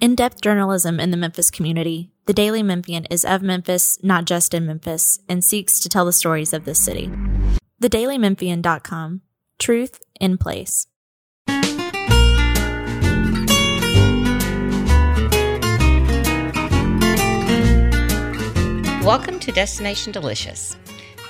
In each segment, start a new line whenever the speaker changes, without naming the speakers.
In depth journalism in the Memphis community, the Daily Memphian is of Memphis, not just in Memphis, and seeks to tell the stories of this city. TheDailyMemphian.com Truth in Place.
Welcome to Destination Delicious.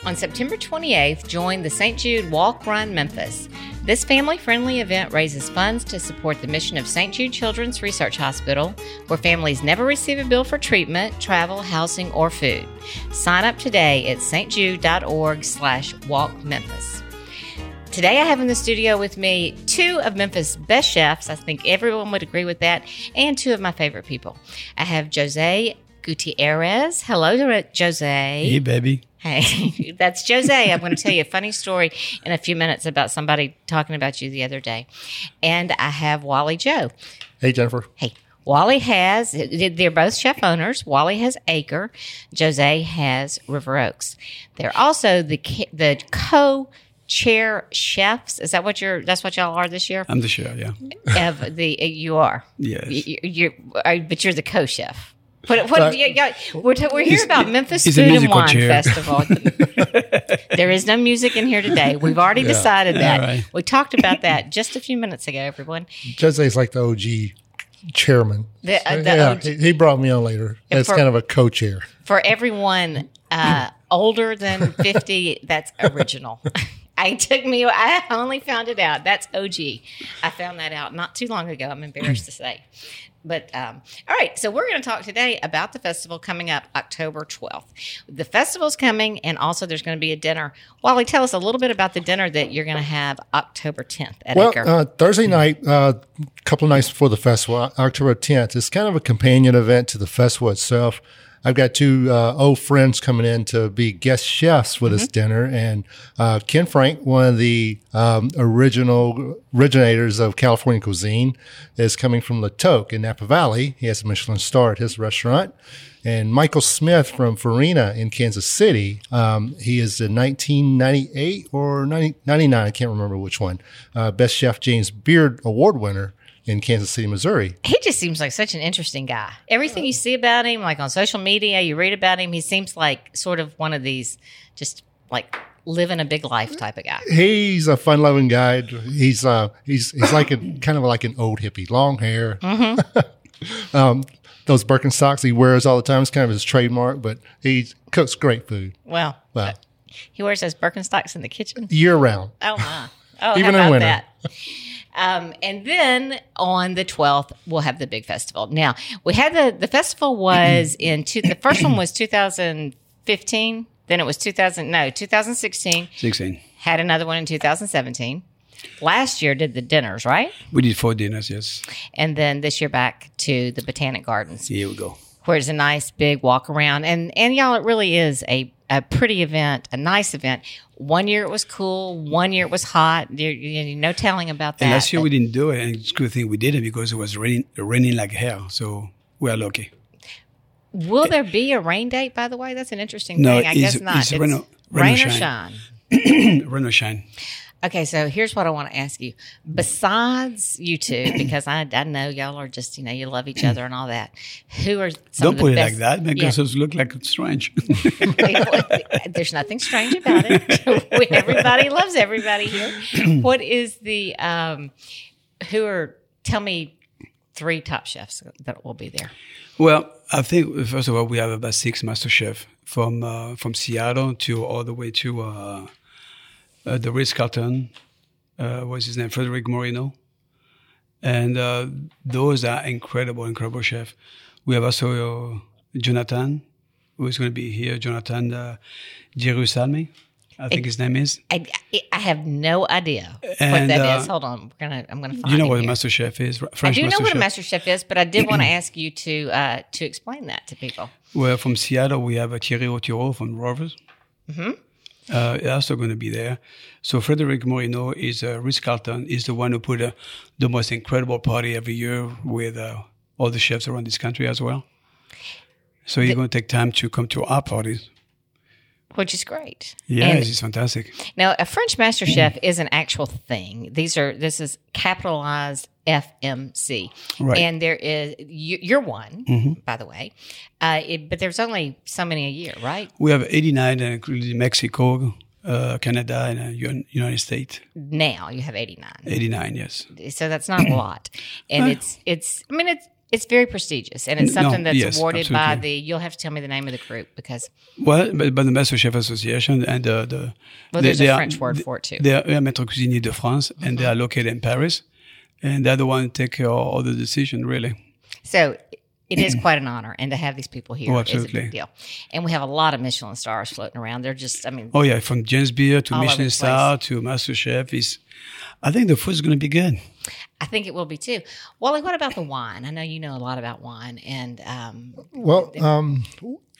On September 28th, join the St. Jude Walk Run Memphis. This family friendly event raises funds to support the mission of St. Jude Children's Research Hospital, where families never receive a bill for treatment, travel, housing, or food. Sign up today at stjude.org slash walk memphis. Today, I have in the studio with me two of Memphis' best chefs. I think everyone would agree with that, and two of my favorite people. I have Jose Gutierrez. Hello, Jose.
Hey, baby.
Hey, that's Jose. I'm going to tell you a funny story in a few minutes about somebody talking about you the other day. And I have Wally Joe.
Hey, Jennifer.
Hey, Wally has, they're both chef owners. Wally has Acre, Jose has River Oaks. They're also the, ca- the co chair chefs. Is that what you're, that's what y'all are this year?
I'm the chef, yeah.
of the, you are.
Yes.
You, you're, are- but you're the co chef. What, what,
Uh,
yeah, yeah, we're, t- we're here
He's-
about Memphis
he's a
Food and
musical
Wine
chair.
Festival. There is no music in here today. We've already decided that.
All right.
We talked about that just a few minutes ago, everyone.
Jose's like the OG chairman.
The- uh, the
yeah,
OG
he, he brought me on later
And
as
for-
kind of a co-chair.
For everyone uh, older than 50, that's original. I took me, I only found it out. That's OG. I found that out not too long ago. I'm embarrassed to say. But um, all right, so we're going to talk today about the festival coming up October 12th. The festival's coming, and also there's going to be a dinner. Wally, tell us a little bit about the dinner that you're going to have October 10th at
Well,
Acre.
uh, Thursday night, a uh, couple of nights before the festival, O- October 10th, it's kind of a companion event to the festival itself. I've got two uh, old friends coming in to be guest chefs with
Mm-hmm.
this dinner, and uh, Ken Frank, one of the um, original originators of California cuisine, is coming from Latoque in Napa Valley. He has a Michelin star at his restaurant. And Michael Smith from Farina in Kansas City. Um, he is the 1998 or 90, 99, I can't remember which one, uh, Best Chef James Beard Award winner in Kansas City, Missouri.
he just seems like such an interesting guy. Everything you see about him, like on social media, you read about him, he seems like sort of one of these just like living a big life type of guy.
He's a fun loving guy. He's uh, he's he's like a kind of like an old hippie, long hair. um, those Birkenstocks he wears all the time is kind of his trademark, but he cooks great food.
Well,
Well,
he wears those Birkenstocks in the kitchen.
year round.
Oh my. Oh,
Even
how
in
about
winter.
that? Um, and then on the 12th, we'll have the big festival. Now, we had the, the festival was in two, the first one was 2015, then it was 2000, no, 2016,
16.
had another one in 2017. Last year did the dinners, right?
We did four dinners, yes.
and then this year back to the Botanic Gardens,
Here we go.
where it's a nice big walk around. And and y'all, it really is a a pretty event, a nice event. One year it was cool, one year it was hot. There- you- you- no telling about that.
And last year
but-
we didn't do it, and it's a good thing we didn't because it was raining, raining like hell. So we are lucky.
Will there be a rain date? By the way, that's an interesting
No,
thing. I
it's-
guess not.
it's rain or-
rain
rain
or
or
shine.
Rain or shine.
Okay, so here's what I want to ask you. Besides you two, because I, I know y'all are just you know you love each other and all that. Who are some of
Don't
the
put it
best-
like that
Yeah.
because it looks like it's strange.
There's nothing strange about it. everybody loves everybody here. What is the um, who are? Tell me three top chefs that will be there.
well, I think, first of all, we have about six master chefs from, uh, from Seattle to all the way to uh, uh, the Ritz Carlton. Uh, what's his name? Frederick Moreno. and uh, those are incredible, incredible chefs. We have also uh, Jonathan, who is going to be here. Jonathan uh, Jerusalem, I think his name is.
I, I, I have no idea what
And,
that is.
uh,
Hold on, we're gonna. I'm gonna. Find
You know
it
what a
here.
master chef is? right?
I
French
do know
master
what
chef.
a master chef is, but I did want to ask you to uh, to explain that to people.
Well, from Seattle, we have uh, Thierry Otiro from Rovers.
Mm-hmm.
Uh, he's also going to be there. So Frederick Moreno is uh, Ritz Carlton is the one who put uh, the most incredible party every year with uh, all the chefs around this country as well. So he's going to take time to come to our parties.
Which is great.
Yes,
And-
it's fantastic.
Now, a French MasterChef is an actual thing. These are this is capitalized FMC.
Right. Mm-hmm.
And there is, you, you're one, by the way, uh, it, but there's only so many a year, right?
We have 89, uh, including Mexico, uh, Canada, and uh, Un- United States.
Mm-hmm. Now you have 89.
89, yes.
So that's not a lot. And it's, it's, I mean, it's, it's very prestigious and it's
No,
something that's
yes,
awarded by
absolutely.
the, you'll have to tell me the name of the group because,
Well, but, but the Master Chef Association and uh, the
well,
they-
there's
they
a
are-
French word
they-
for it too.
They are they are Maître Cuisinier de France, and they
Uh-huh.
are located in Paris, and they're the one who take care of all the decision really.
So it is quite an honor, and to have these people here is
Oh,
a
absolutely.
big deal. And we have a lot of Michelin stars floating around. They're just, I mean,
Oh yeah, from James Beard to
All over
Michelin
the
Star to Master Chef is, I think the food's going to be good.
Uh-huh. I think it will be too. Wally, what about the wine? I know you know a lot about wine, and um,
Well, um,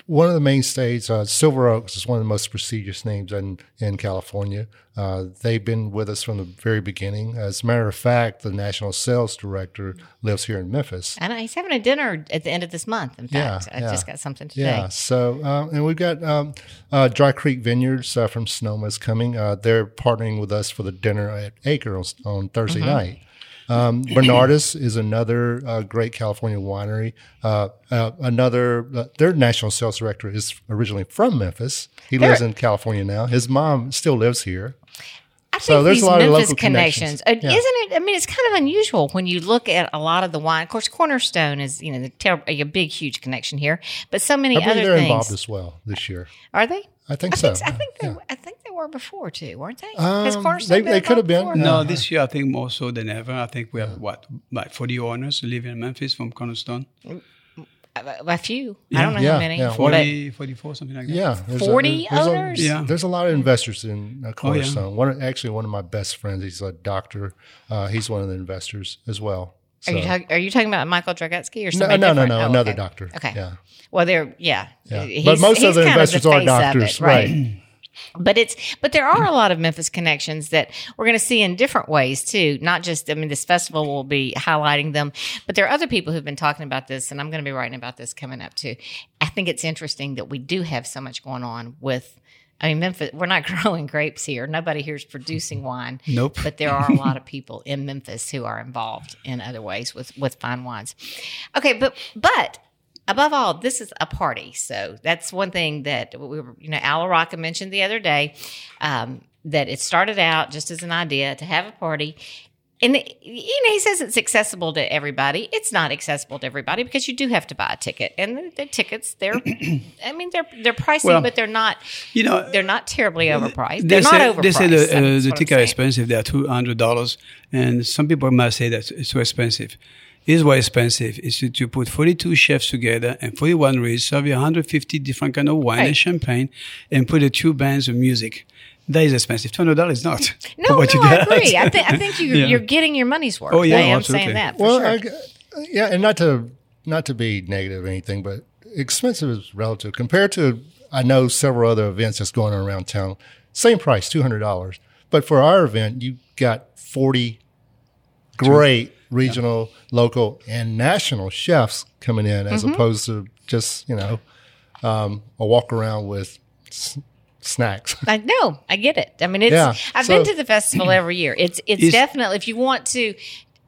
one of the mainstays, uh, Silver Oaks, is one of the most prestigious names in, in California. Uh, they've been with us from the very beginning. As a matter of fact, the national sales director lives here in Memphis.
I know he's having a dinner at the end of this month. In
Yeah,
fact, I
yeah.
just got something today.
Yeah. So, uh, and we've got um, uh, Dry Creek Vineyards uh, from Sonoma is coming. Uh, they're partnering with us for the dinner at Acre on, on Thursday
Mm-hmm.
night. Um, Bernardus is another uh, great California winery. Uh, uh, another, uh, their national sales director is originally from Memphis. He lives in California now. His mom still lives here.
I think
So there's
these
a lot of
Memphis
local
connections,
connections.
Uh,
Yeah.
isn't it? I mean, it's kind of unusual when you look at a lot of the wine. Of course, Cornerstone is you know the ter- a big, huge connection here, but so many
I believe
other
they're
things
involved as well this year.
are they?
I think
I
so.
think, I think they,
Yeah.
I think they were before too, weren't they?
Um, they- they could have been,
involved
yeah.
before?
No, this year I think more so than ever. I think we have
Uh-huh.
what like 40 owners living in Memphis from Cornerstone,
A, a few. I don't know how
Yeah,
many.
yeah.
but-
40, 44, something like that.
Yeah, there's a-
40
there's a-
owners?
Yeah.
There's a lot of investors in uh, Cornerstone. One, actually, one of my best friends. He's a doctor. Uh, he's one of the investors as well.
Are you, talk, are you talking about Michael Dragetsky or
no,
somebody
no, no,
different?
no,
Oh,
another
okay.
doctor.
Okay.
Yeah.
Well, they're yeah.
Yeah.
He's-
but most
he's
other
kind the
investors are
face of it,
doctors, right?
But it's but there are a lot of Memphis connections that we're going to see in different ways too. Not just I mean this festival will be highlighting them, but there are other people who've been talking about this, and I'm going to be writing about this coming up too. I think it's interesting that we do have so much going on with. I mean, Memphis, we're not growing grapes here. Nobody here is producing wine.
Nope.
But there are a lot of people in Memphis who are involved in other ways with, with fine wines. Okay. But, but above all, this is a party. So that's one thing that we were, you know, Al Araka mentioned the other day um, that it started out just as an idea to have a party. And the- you know he says it's accessible to everybody. It's not accessible to everybody because you do have to buy a ticket, and the, the tickets they're, I mean they're they're pricey,
Well,
but they're not
You know,
they're not terribly overpriced.
they
They're
say,
not overpriced.
They say
that's
the, uh,
what I'm
the tickets are
saying.
expensive. They are two hundred dollars, and some people might say that it's too expensive. Here's why expensive is to, to put 42 chefs together and 41 wineries, serve you 150 different kind of wine
Right.
and champagne, and put the two bands of music. That is expensive. Two hundred dollars is not.
No,
for
no,
what you
I
get.
agree. I, think I think you're,
Yeah.
you're getting your money's worth.
Oh, yeah,
I am
absolutely.
saying that for
Well,
sure.
I g yeah, and not to not to be negative or anything, but expensive is relative compared to I know several other events that's going on around town. Same price, two hundred dollars, but for our event, you got forty great regional, local, and national chefs coming in,
Mm-hmm.
as opposed to just you know um, a walk around with s- snacks.
I know. I get it. I mean, it's.
Yeah,
I've
so-
been to the festival every year. It's. It's
Is-
definitely if you want to.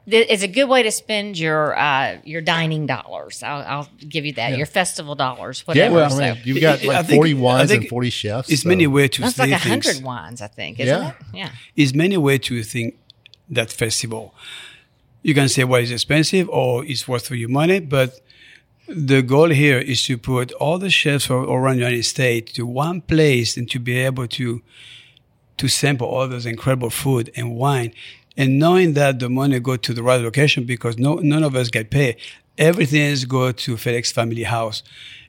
th- It's a good way to spend your uh, your dining dollars. I'll, I'll give you that. Your festival dollars, whatever.
well,
so.
I mean, you've got
I
like
think-
forty
I
wines
think
and forty chefs.
It's
so-
many ways to
that's
say
like a
things.
hundred wines, I think, isn't
Yeah.
it? Yeah.
It's many ways to think that festival. You can say, well, it's expensive or it's worth for your money, but the goal here is to put all the chefs from around the United States to one place and to be able to to sample all those incredible food and wine. And knowing that the money go to the right location because no none of us get paid. Everything is go to FedEx Family House.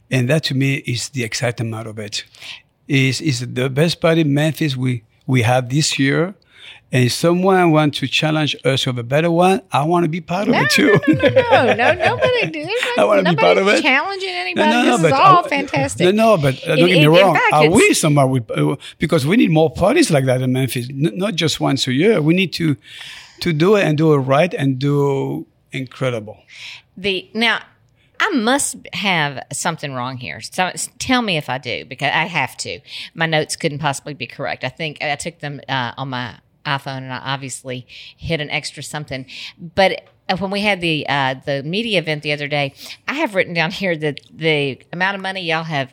And that to me is the exciting part of it. Is is the best party in Memphis we we have this year. And if someone wants to challenge us with a better one, I want to be part of it too.
No, no, nobody do.
I wanna be part of it.
Challenging anybody. this is
but,
all
uh,
fantastic.
No, no, but uh,
In-
don't get me
in- in
wrong.
fact,
Are
it's-
we somewhere with, uh, because we need more parties like that in Memphis, N- not just once a year. We need to to do it and do it right and do incredible.
The now, I must have something wrong here. So s- tell me if I do, because I have to. My notes couldn't possibly be correct. I think I took them uh, on my iPhone, and I obviously hid an extra something. But when we had the uh, the media event the other day, I have written down here that the amount of money y'all have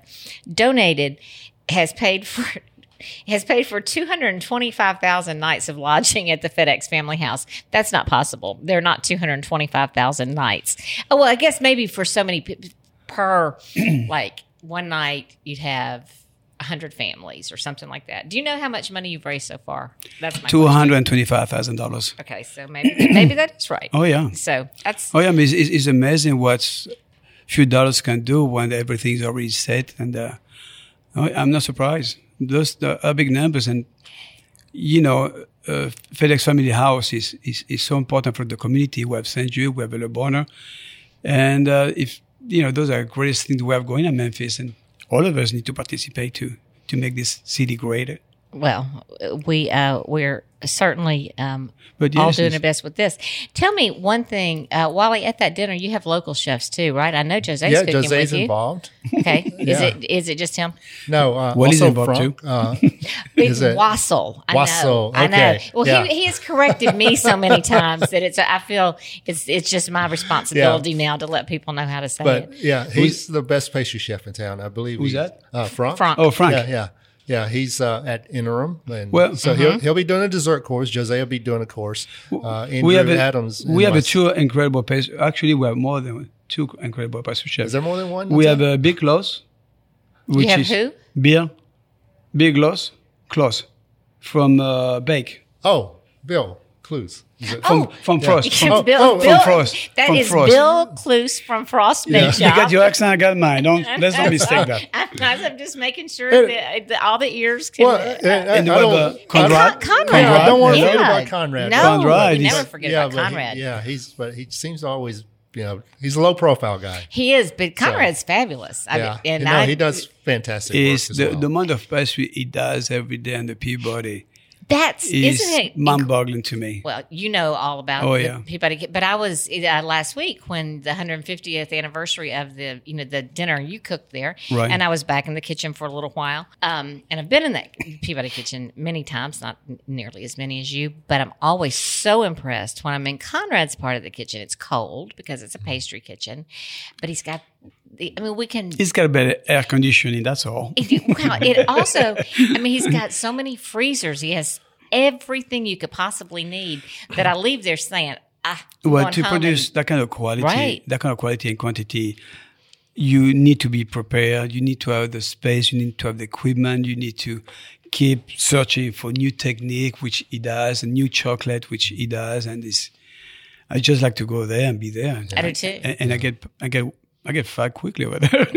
donated has paid for. Has paid for 225,000 nights of lodging at the FedEx family house. That's not possible. There are not 225,000 nights. Oh, well, I guess maybe for so many pe- per, like one night, you'd have 100 families or something like that. Do you know how much money you've raised so far? That's my
Two hundred and twenty-five thousand dollars.
question. Okay, so maybe maybe that is right.
Oh yeah.
So that's
Oh yeah. I mean, it's, it's it's amazing what few dollars can do when everything's already set. And uh, I- I'm not surprised. Those are big numbers, and you know, uh, FedEx Family House is, is is so important for the community. We have St. Jude, we have Le Bonheur, and uh, if you know, those are greatest things we have going on Memphis, and all of us need to participate to to make this city greater.
well, we uh, we're certainly um,
But
all
yes,
doing
it's-
our best with this. Tell me one thing, uh, Wally. At that dinner, you have local chefs too, right? I know Jose's
yeah,
cooking
Jose's
with you.
involved.
Okay, is
Yeah.
it is it just him?
No, uh,
Well, he's
also
involved,
Frank,
too.
Uh,
It's
Is it-
Wassel. I
Wassel,
know. I know.
okay,
Well,
yeah.
he, he has corrected me so many times that it's. I feel it's it's just my responsibility now to let people know how to say
but
it.
yeah, he's the best pastry chef in town, I believe.
Who's
he's-
that?
Uh, Frank.
Frank.
Oh, Frank.
Yeah, yeah, yeah. He's uh, at interim, and
Well-
so
uh-huh.
he'll he'll be doing a dessert course. Jose will be doing a course. Uh, Andrew
we have a,
Adams.
We have a
two.
two incredible pastry. Actually, we have more than two incredible pastry chefs.
Is there more than one?
We have a big loss. Which
have who?
Beer, big loss, close from uh, Bake
Oh, Bill Clues. Is it-
Oh.
from, from Frost.
It's
From,
Oh,
Bill,
oh,
Bill,
from Frost.
That
From
is
Frost.
Bill Cluse from Frost Bake
you
Shop.
got your accent, I got mine. Don't let's not mistake that.
I, am just making sure that, that all the ears can.
Well, uh, uh,
And
I
we have
don't-
uh,
I don't-
Conrad.
Conrad.
I don't want to
hello.
forget about Conrad.
No,
Conrad
we
is-
never forget about
but he-
Conrad.
yeah, he's but he seems to always you know he's a low profile guy.
He is, but Conrad's fabulous. I
yeah,
mean, and
no,
I,
he does fantastic.
Is
work as
the,
well.
the amount of pastry he does every day on the Peabody
That's
is
isn't it
mind-boggling to me.
Well, you know all about
Oh,
the
yeah.
Peabody, but I was uh, last week when the 150th anniversary of the you know the dinner you cooked there,
Right.
And I was back in the kitchen for a little while, um, and I've been in that Peabody kitchen many times, not n- nearly as many as you, but I'm always so impressed when I'm in Conrad's part of the kitchen. It's cold because it's a pastry kitchen, but he's got. The, I mean, we can
He's got better air conditioning. That's all.
it, wow, it also, I mean, he's got so many freezers. He has everything you could possibly need that I leave there saying, ah, I'm
well
going
to
home and-
produce that kind of quality
Right.
that kind of quality and quantity you need to be prepared you need to have the space you need to have the equipment you need to keep searching for new technique which he does and new chocolate which he does and this i just like to go there and be there
I do too.
and, and i get i get I get fat quickly over there.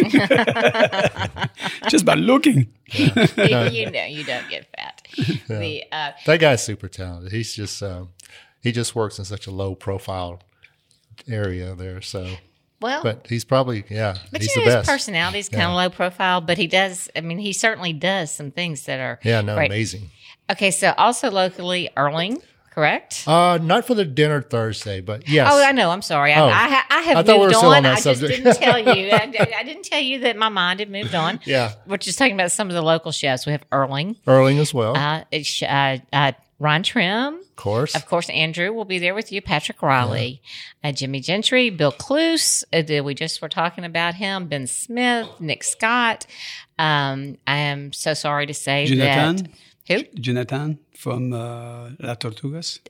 Just by looking.
you, know, you don't get fat. The, uh,
that guy's super talented. He's just um, he just works in such a low profile area there. So,
well,
but he's probably yeah,
but
he's
you
the
know, his
best.
personality's kind of low profile, but he does, I mean, he certainly does some things that are
yeah, no,
great.
amazing.
Okay, so also locally, Erling, correct?
Uh, not for the dinner Thursday, but yes.
Oh, I know. I'm sorry. I,
Oh.
I, ha- I have
I
moved
thought we were still
on.
on that
I just
subject.
didn't tell you. I, I didn't tell you that my mind had moved on.
Yeah.
We're just talking about some of the local chefs. We have Erling,
Erling as well,
uh, it's, uh, uh, Ron Trim.
of course.
Of course, Andrew will be there with you. Patrick Riley, uh, Jimmy Gentry, Bill Cluse. Uh, did- we just were talking about him. Ben Smith, Nick Scott. Um, I am so sorry to say that.
Jonathan,
Who?
Jonathan from uh, La Tortugas.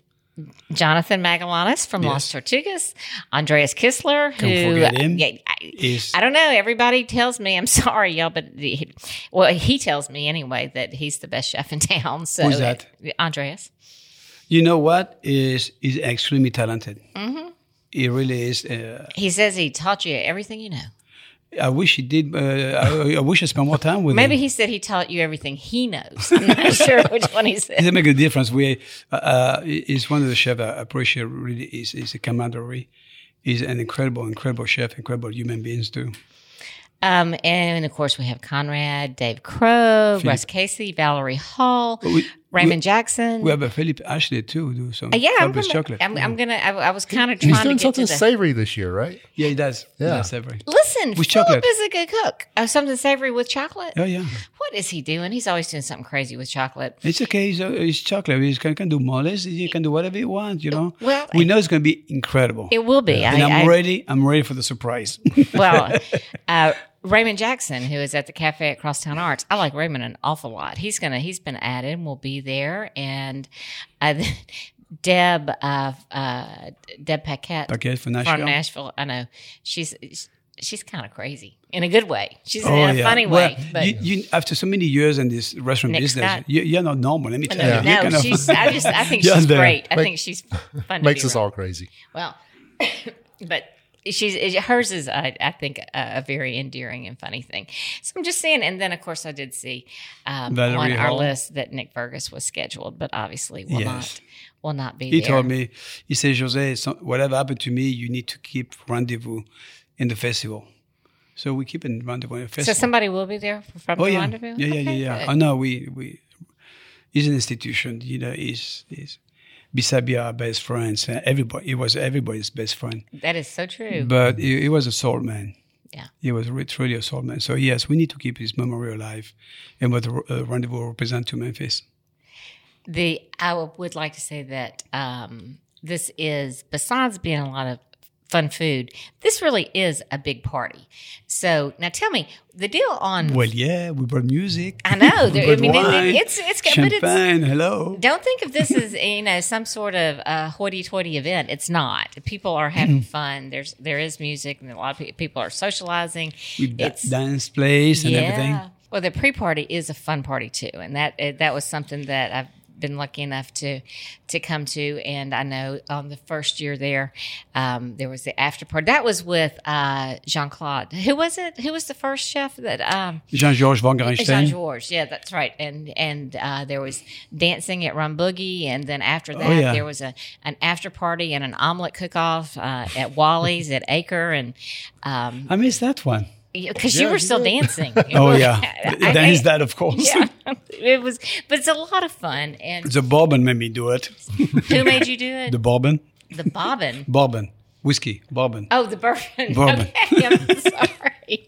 Jonathan Magallanes from Las Tortugas, Andreas Kistler, who
Don't forget him.
Yeah, I,
Is
I don't know. Everybody tells me I'm sorry, y'all, but the, well, he tells me anyway that he's the best chef in town. So
Who's that?
Andreas.
You know what is is extremely talented.
Mm-hmm.
He really is. Uh,
He says he taught you everything you know.
I wish he did. Uh, I, I wish I spent more time with
Maybe
him.
he said he taught you everything he knows. I'm not sure which one he said.
It make a difference. We uh, uh, is one of the chefs I appreciate. Really, is is a camaraderie. He's an incredible, incredible chef. Incredible human beings too.
Um, and of course, we have Conrad, Dave Crow, Russ Casey, Valerie Hall,
we-
Raymond Jackson.
We have a Philip Ashley too. Do some
Uh, yeah, I'm
fabulous
gonna,
chocolate.
I'm, I'm gonna. I, I was kind of
he's
trying to get
doing
to
something
the.
savory this year, right?
yeah, he does.
Yeah.
he does every.
Listen,
With
Philip
chocolate.
is a good cook. Oh, something Uh, savory with chocolate.
Oh yeah.
What what is he doing? He's always doing something crazy with chocolate.
It's okay. He's, uh, he's chocolate. He can, can do moles. He can do whatever he wants. You know.
Uh, Well,
we know it's going to be incredible.
It will be.
and
I,
I'm
I,
ready. I'm ready for the surprise.
well, uh, Raymond Jackson, who is at the cafe at Crosstown Arts, I like Raymond an awful lot. He's gonna he's been added and will be there. And uh, Deb uh, uh, Deb Paquette
Paquette for
from
Nashville.
Nashville, I know she's she's kind of crazy in a good way. She's
Oh,
in a
yeah.
funny
Well,
way, but.
you, you, after so many years in this restaurant
Nick
business,
Scott.
you, you're not normal. Let me tell
no,
you. You're kind
no,
of-
she's. I just. I think
You're
she's
there.
great. I
Make-
think she's fun.
Makes
to be
us all crazy.
Well, but she's it- hers is I, I think a, a very endearing and funny thing. So I'm just saying. And then of course I did see um,
Valerie
on our
Hall.
list that Nick Fergus was scheduled, but obviously will
Yes.
not will not be.
He
there.
told me, he said, Jose, so whatever happened to me, you need to keep rendezvous in the festival. So we keep in rendezvous in the
So
festival.
somebody will be there from
oh
the
yeah,
rendezvous.
yeah, yeah,
Okay,
yeah, yeah.
good.
Oh no, we we, he's an institution. You know, he's he's Bisabia our best friends. and Everybody, he was everybody's best friend.
That is so true.
But he, he was a soul man.
Yeah.
he was re- truly a soul man. So yes, we need to keep his memory alive, and what the uh, rendezvous represent to Memphis.
The I w- would like to say that um, this is besides being a lot of fun food, this really is a big party. So now tell me the deal on
Well, yeah, we brought music.
I know.
we
There- I
brought
mean, it-
wine,
it's- it's- but it's-
champagne. hello.
Don't think of this as you know some sort of uh, hoity-toity event. It's not. People are having
Hmm.
fun. There's there is music, and a lot of pe- people are socializing.
We da-
It's-
dance place and everything.
Well, the pre-party is a fun party too, and that eh, that was something that I've been lucky enough to to come to. And I know on the first year there, um, there was the after party. That was with uh, Jean Claude. Who was it? Who was the first chef that? Um,
Jean Georges von
Jean
Greenstein.
George, yeah, that's right, and and uh, there was dancing at Rum Boogie, and then after that
Oh, yeah.
there was a an after party and an omelet cook off uh, at Wally's at Acre, and um
I missed that one.
because you
Yeah,
were
you
still
did.
dancing.
Oh yeah,
I-
that is that of course.
yeah, it was, but it's a lot of fun. And
The bourbon made me do it.
who made you do it?
The bourbon,
The, bobbin.
bourbon, whiskey, bourbon.
Oh, the bourbon.
Bourbon.
Okay, I'm sorry.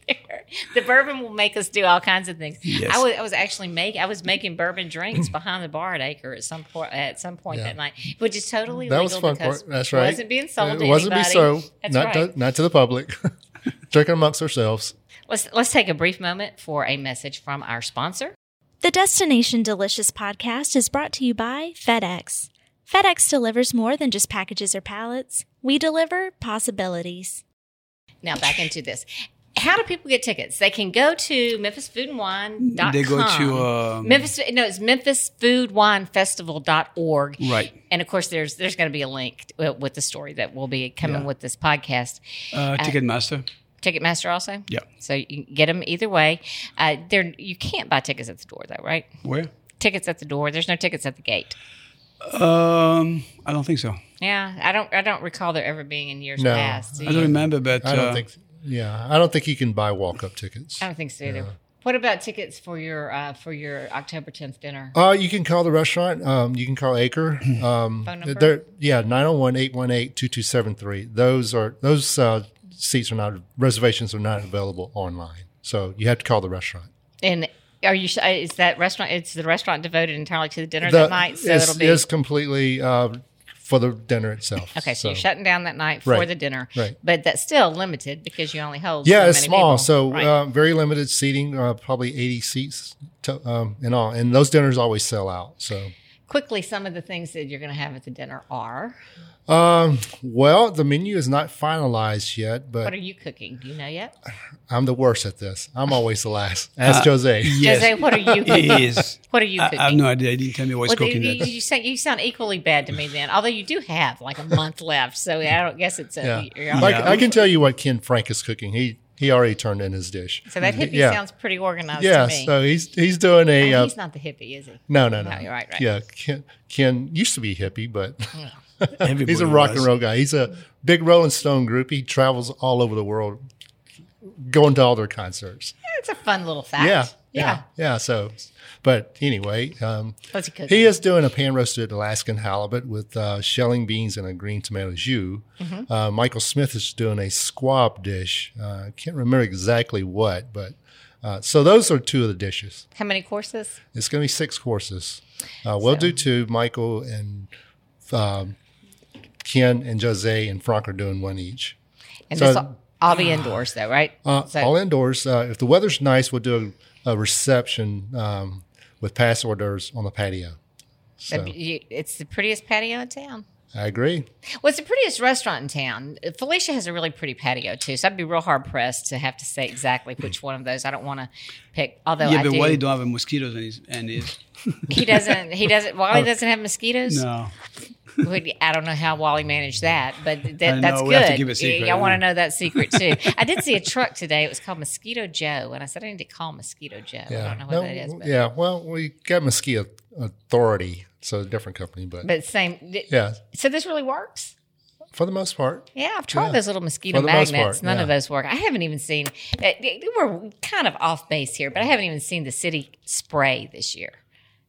the bourbon will make us do all kinds of things.
Yes.
I was I was actually making I was making bourbon drinks behind the bar at Acre at some point at some point
Yeah.
that night, which is totally
That
legal
was fun.
because
Part. That's
it
right.
wasn't being sold.
It wasn't
to
be
anybody.
so.
That's
not
right.
to, not to the public. Drinking amongst ourselves.
let's let's take a brief moment for a message from our sponsor.
The Destination Delicious podcast is brought to you by FedEx. FedEx delivers more than just packages or pallets, we deliver possibilities.
Now back into this. How do people get tickets? They can go to memphisfoodandwine.com.
They go to, um,
Memphis. No, it's memphisfoodwinefestival.org.
Right.
And of course, there's there's going to be a link uh, with the story that will be coming with this podcast.
Uh, Ticketmaster.
Ticketmaster also.
Yeah.
So you can get them either way. Uh, there you can't buy tickets at the door though, right?
Where?
Tickets at the door. There's no tickets at the gate.
Um, I don't think so.
Yeah, I don't I don't recall there ever being in years
No.
past. Do
I don't
you?
remember, but
I don't
uh,
think. Yeah, I don't think you can buy walk-up tickets.
I don't think so either. What about tickets for your uh, for your October 10th dinner?
Oh.
Uh, you can call the restaurant. Um, you can call Acre. Um,
Phone number?
they're- Yeah, 901-818-2273. Those are those uh, seats are not reservations are not available online. So you have to call the restaurant.
And are you? uh, Is that restaurant? It's the restaurant devoted entirely to the dinner
The-
that night, so
it's,
it'll be
it's completely uh, for the dinner itself.
okay. So, you're shutting down that night for
Right.
the dinner,
Right.
But that's still limited because you only hold.
Yeah,
so
it's
many
small,
people.
so
Right.
uh, very limited seating. Uh, probably eighty seats to, um, in all, and those dinners always sell out. So,
quickly, some of the things that you're going to have at the dinner are:
um, well, the menu is not finalized yet,
what
but
are you cooking? Do you know yet?
I'm the worst at this. I'm always the last.
Uh,
Ask Jose.
Jose, what are you cooking?
it is.
What are you
I,
cooking?
I have no idea. He didn't tell me what he's
Well,
cooking.
you,
that.
you, sound, you sound equally bad to me then, although you do have like a month left. So I don't guess it's a.
Yeah,
you're on-
Like, uh,
Yeah.
I can tell you what Ken Frank is cooking. He he already turned in his dish.
So that hippie
Yeah.
sounds pretty organized
Yeah,
to me.
so he's he's doing a
And
uh,
he's not the hippie, is he?
no no no
No, you're right, right.
yeah Ken, Ken used to be hippie but
Everybody
he's a rock
was.
and roll guy. He's a big Rolling Stone group. He travels all over the world, going to all their concerts.
It's a fun little fact.
Yeah, yeah, yeah. So, but anyway, um,
What's he cooking?
he is doing a pan roasted Alaskan halibut with uh, shelling beans and a green tomato jus. Uh, Michael Smith is doing a squab dish. Uh, I can't remember exactly what, but Uh, so those are two of the dishes.
How many courses?
It's going to be six courses. Uh, we'll do two. Michael and um, Ken and Jose and Frank are doing one each.
And
So-
this will all be indoors, though, right?
Uh,
So-
all indoors. Uh, if the weather's nice, we'll do a, a reception um, with pass orders on the patio.
so you- It's the prettiest patio in town.
I agree.
Well, it's the prettiest restaurant in town. Felicia has a really pretty patio too, so I'd be real hard pressed to have to say exactly which one of those. I don't want to pick, although
yeah,
I
but
do.
why you don't have a mosquitoes and his and his
He doesn't. He doesn't. Wally doesn't have mosquitoes.
Oh. no.
Would- I don't know how Wally managed that, but th- that,
know,
that's
we
good.
have to keep it secret,
Y'all want to
yeah.
know that secret too. I did see a truck today. It was called Mosquito Joe, and I said I need to call Mosquito Joe. I don't know what
No,
that is, but,
yeah. Well, we got Mosquito Authority, so a different company, but,
but same. th-
yeah,
So this really works.
for the most part,
Yeah, I've tried
Yeah.
those little mosquito
For the most
magnets.
part,
None of
yeah.
those work. I haven't even seen. eh, eh, We're kind of off base here, but I haven't even seen the city spray this year.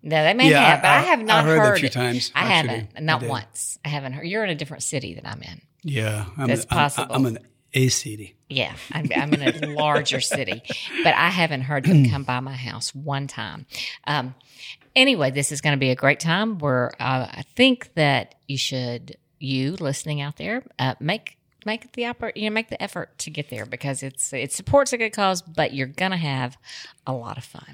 No, they may
Yeah,
have, but I,
I-
have
I
not
heard a
heard
few
it.
times,
I
actually.
haven't, not
I did.
once. I haven't heard. You're in a different city than I'm in.
Yeah, I'm,
That's
I'm-
possible.
I'm an A city.
Yeah, I'm, I'm in a larger city, but I haven't heard them come by my house one time. Um, anyway, this is going to be a great time. Where uh, I think that you should, you listening out there, uh, make make the oppor- you know make the effort to get there because it's it supports a good cause, but you're going to have a lot of fun.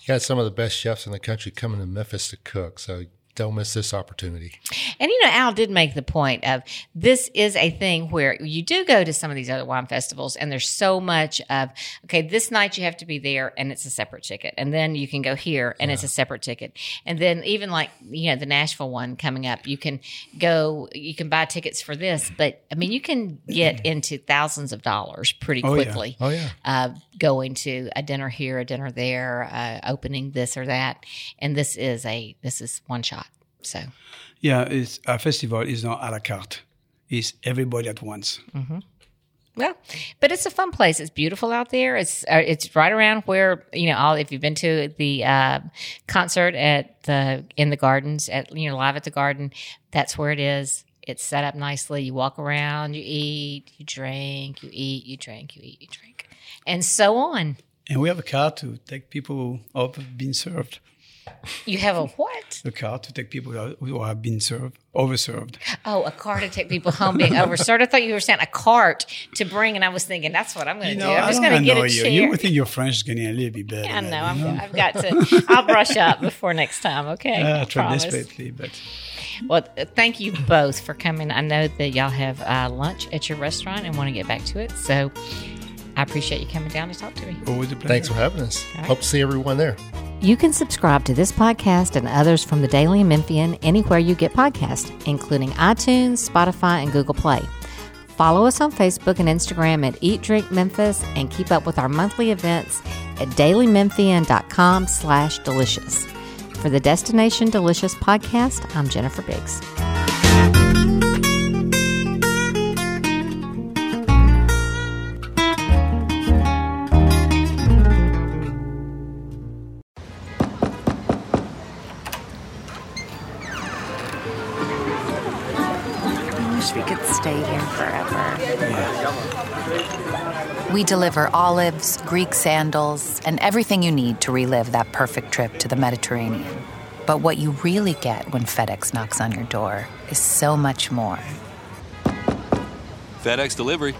you got some of the best chefs in the country coming to Memphis to cook. So don't miss this opportunity.
And you know, Al did make the point of this is a thing where you do go to some of these other wine festivals, and there's so much of okay, this night you have to be there, and it's a separate ticket, and then you can go here, and it's a separate ticket, and then even like you know the Nashville one coming up, you can go, you can buy tickets for this, but I mean, you can get into thousands of dollars pretty
Oh, yeah.
quickly
Oh yeah,
uh, going to a dinner here, a dinner there, uh, opening this or that, and this is a this is one shot. So
Yeah, it's a festival is not à la carte. It's everybody at once.
well, but it's a fun place. It's beautiful out there. It's uh, it's right around where you know all. If you've been to the uh, concert at the in the gardens at you know live at the garden, that's where it is. It's set up nicely. You walk around, you eat, you drink, you eat, you drink, you eat, you drink, and so on.
And we have a car to take people who have been served.
You have a what?
A car to take people who have been served, overserved.
Oh, a car to take people home being overserved. I thought you were saying a cart to bring, and I was thinking that's what I'm going to do. I'm just going to get
annoy
a
you.
chair.
You would think your French is getting a little bit better.
I know.
maybe.
I'm, I've got to. I'll brush up before next time. Okay.
Uh,
I
try
promise.
desperately, but
Well, th- thank you both for coming. I know that y'all have uh, lunch at your restaurant and want to get back to it. So I appreciate you coming down to talk to me.
always a pleasure.
thanks for having us. Hope to see everyone there.
You can subscribe to this podcast and others from the Daily Memphian anywhere you get podcasts, including iTunes, Spotify, and Google Play. Follow us on Facebook and Instagram at Eat Drink Memphis and keep up with our monthly events at dailymemphian.com slash delicious. For the Destination Delicious podcast, I'm Jennifer Biggs.
I wish we could stay here forever.
We deliver olives, Greek sandals, and everything you need to relive that perfect trip to the Mediterranean. But what you really get when FedEx knocks on your door is so much more
FedEx delivery.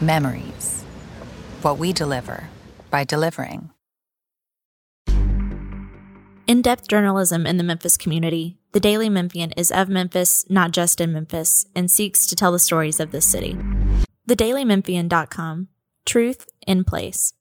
memories. What we deliver by delivering.
In depth journalism in the Memphis community, the Daily Memphian is of Memphis, not just in Memphis, and seeks to tell the stories of this city. TheDailyMemphian.com Truth in Place.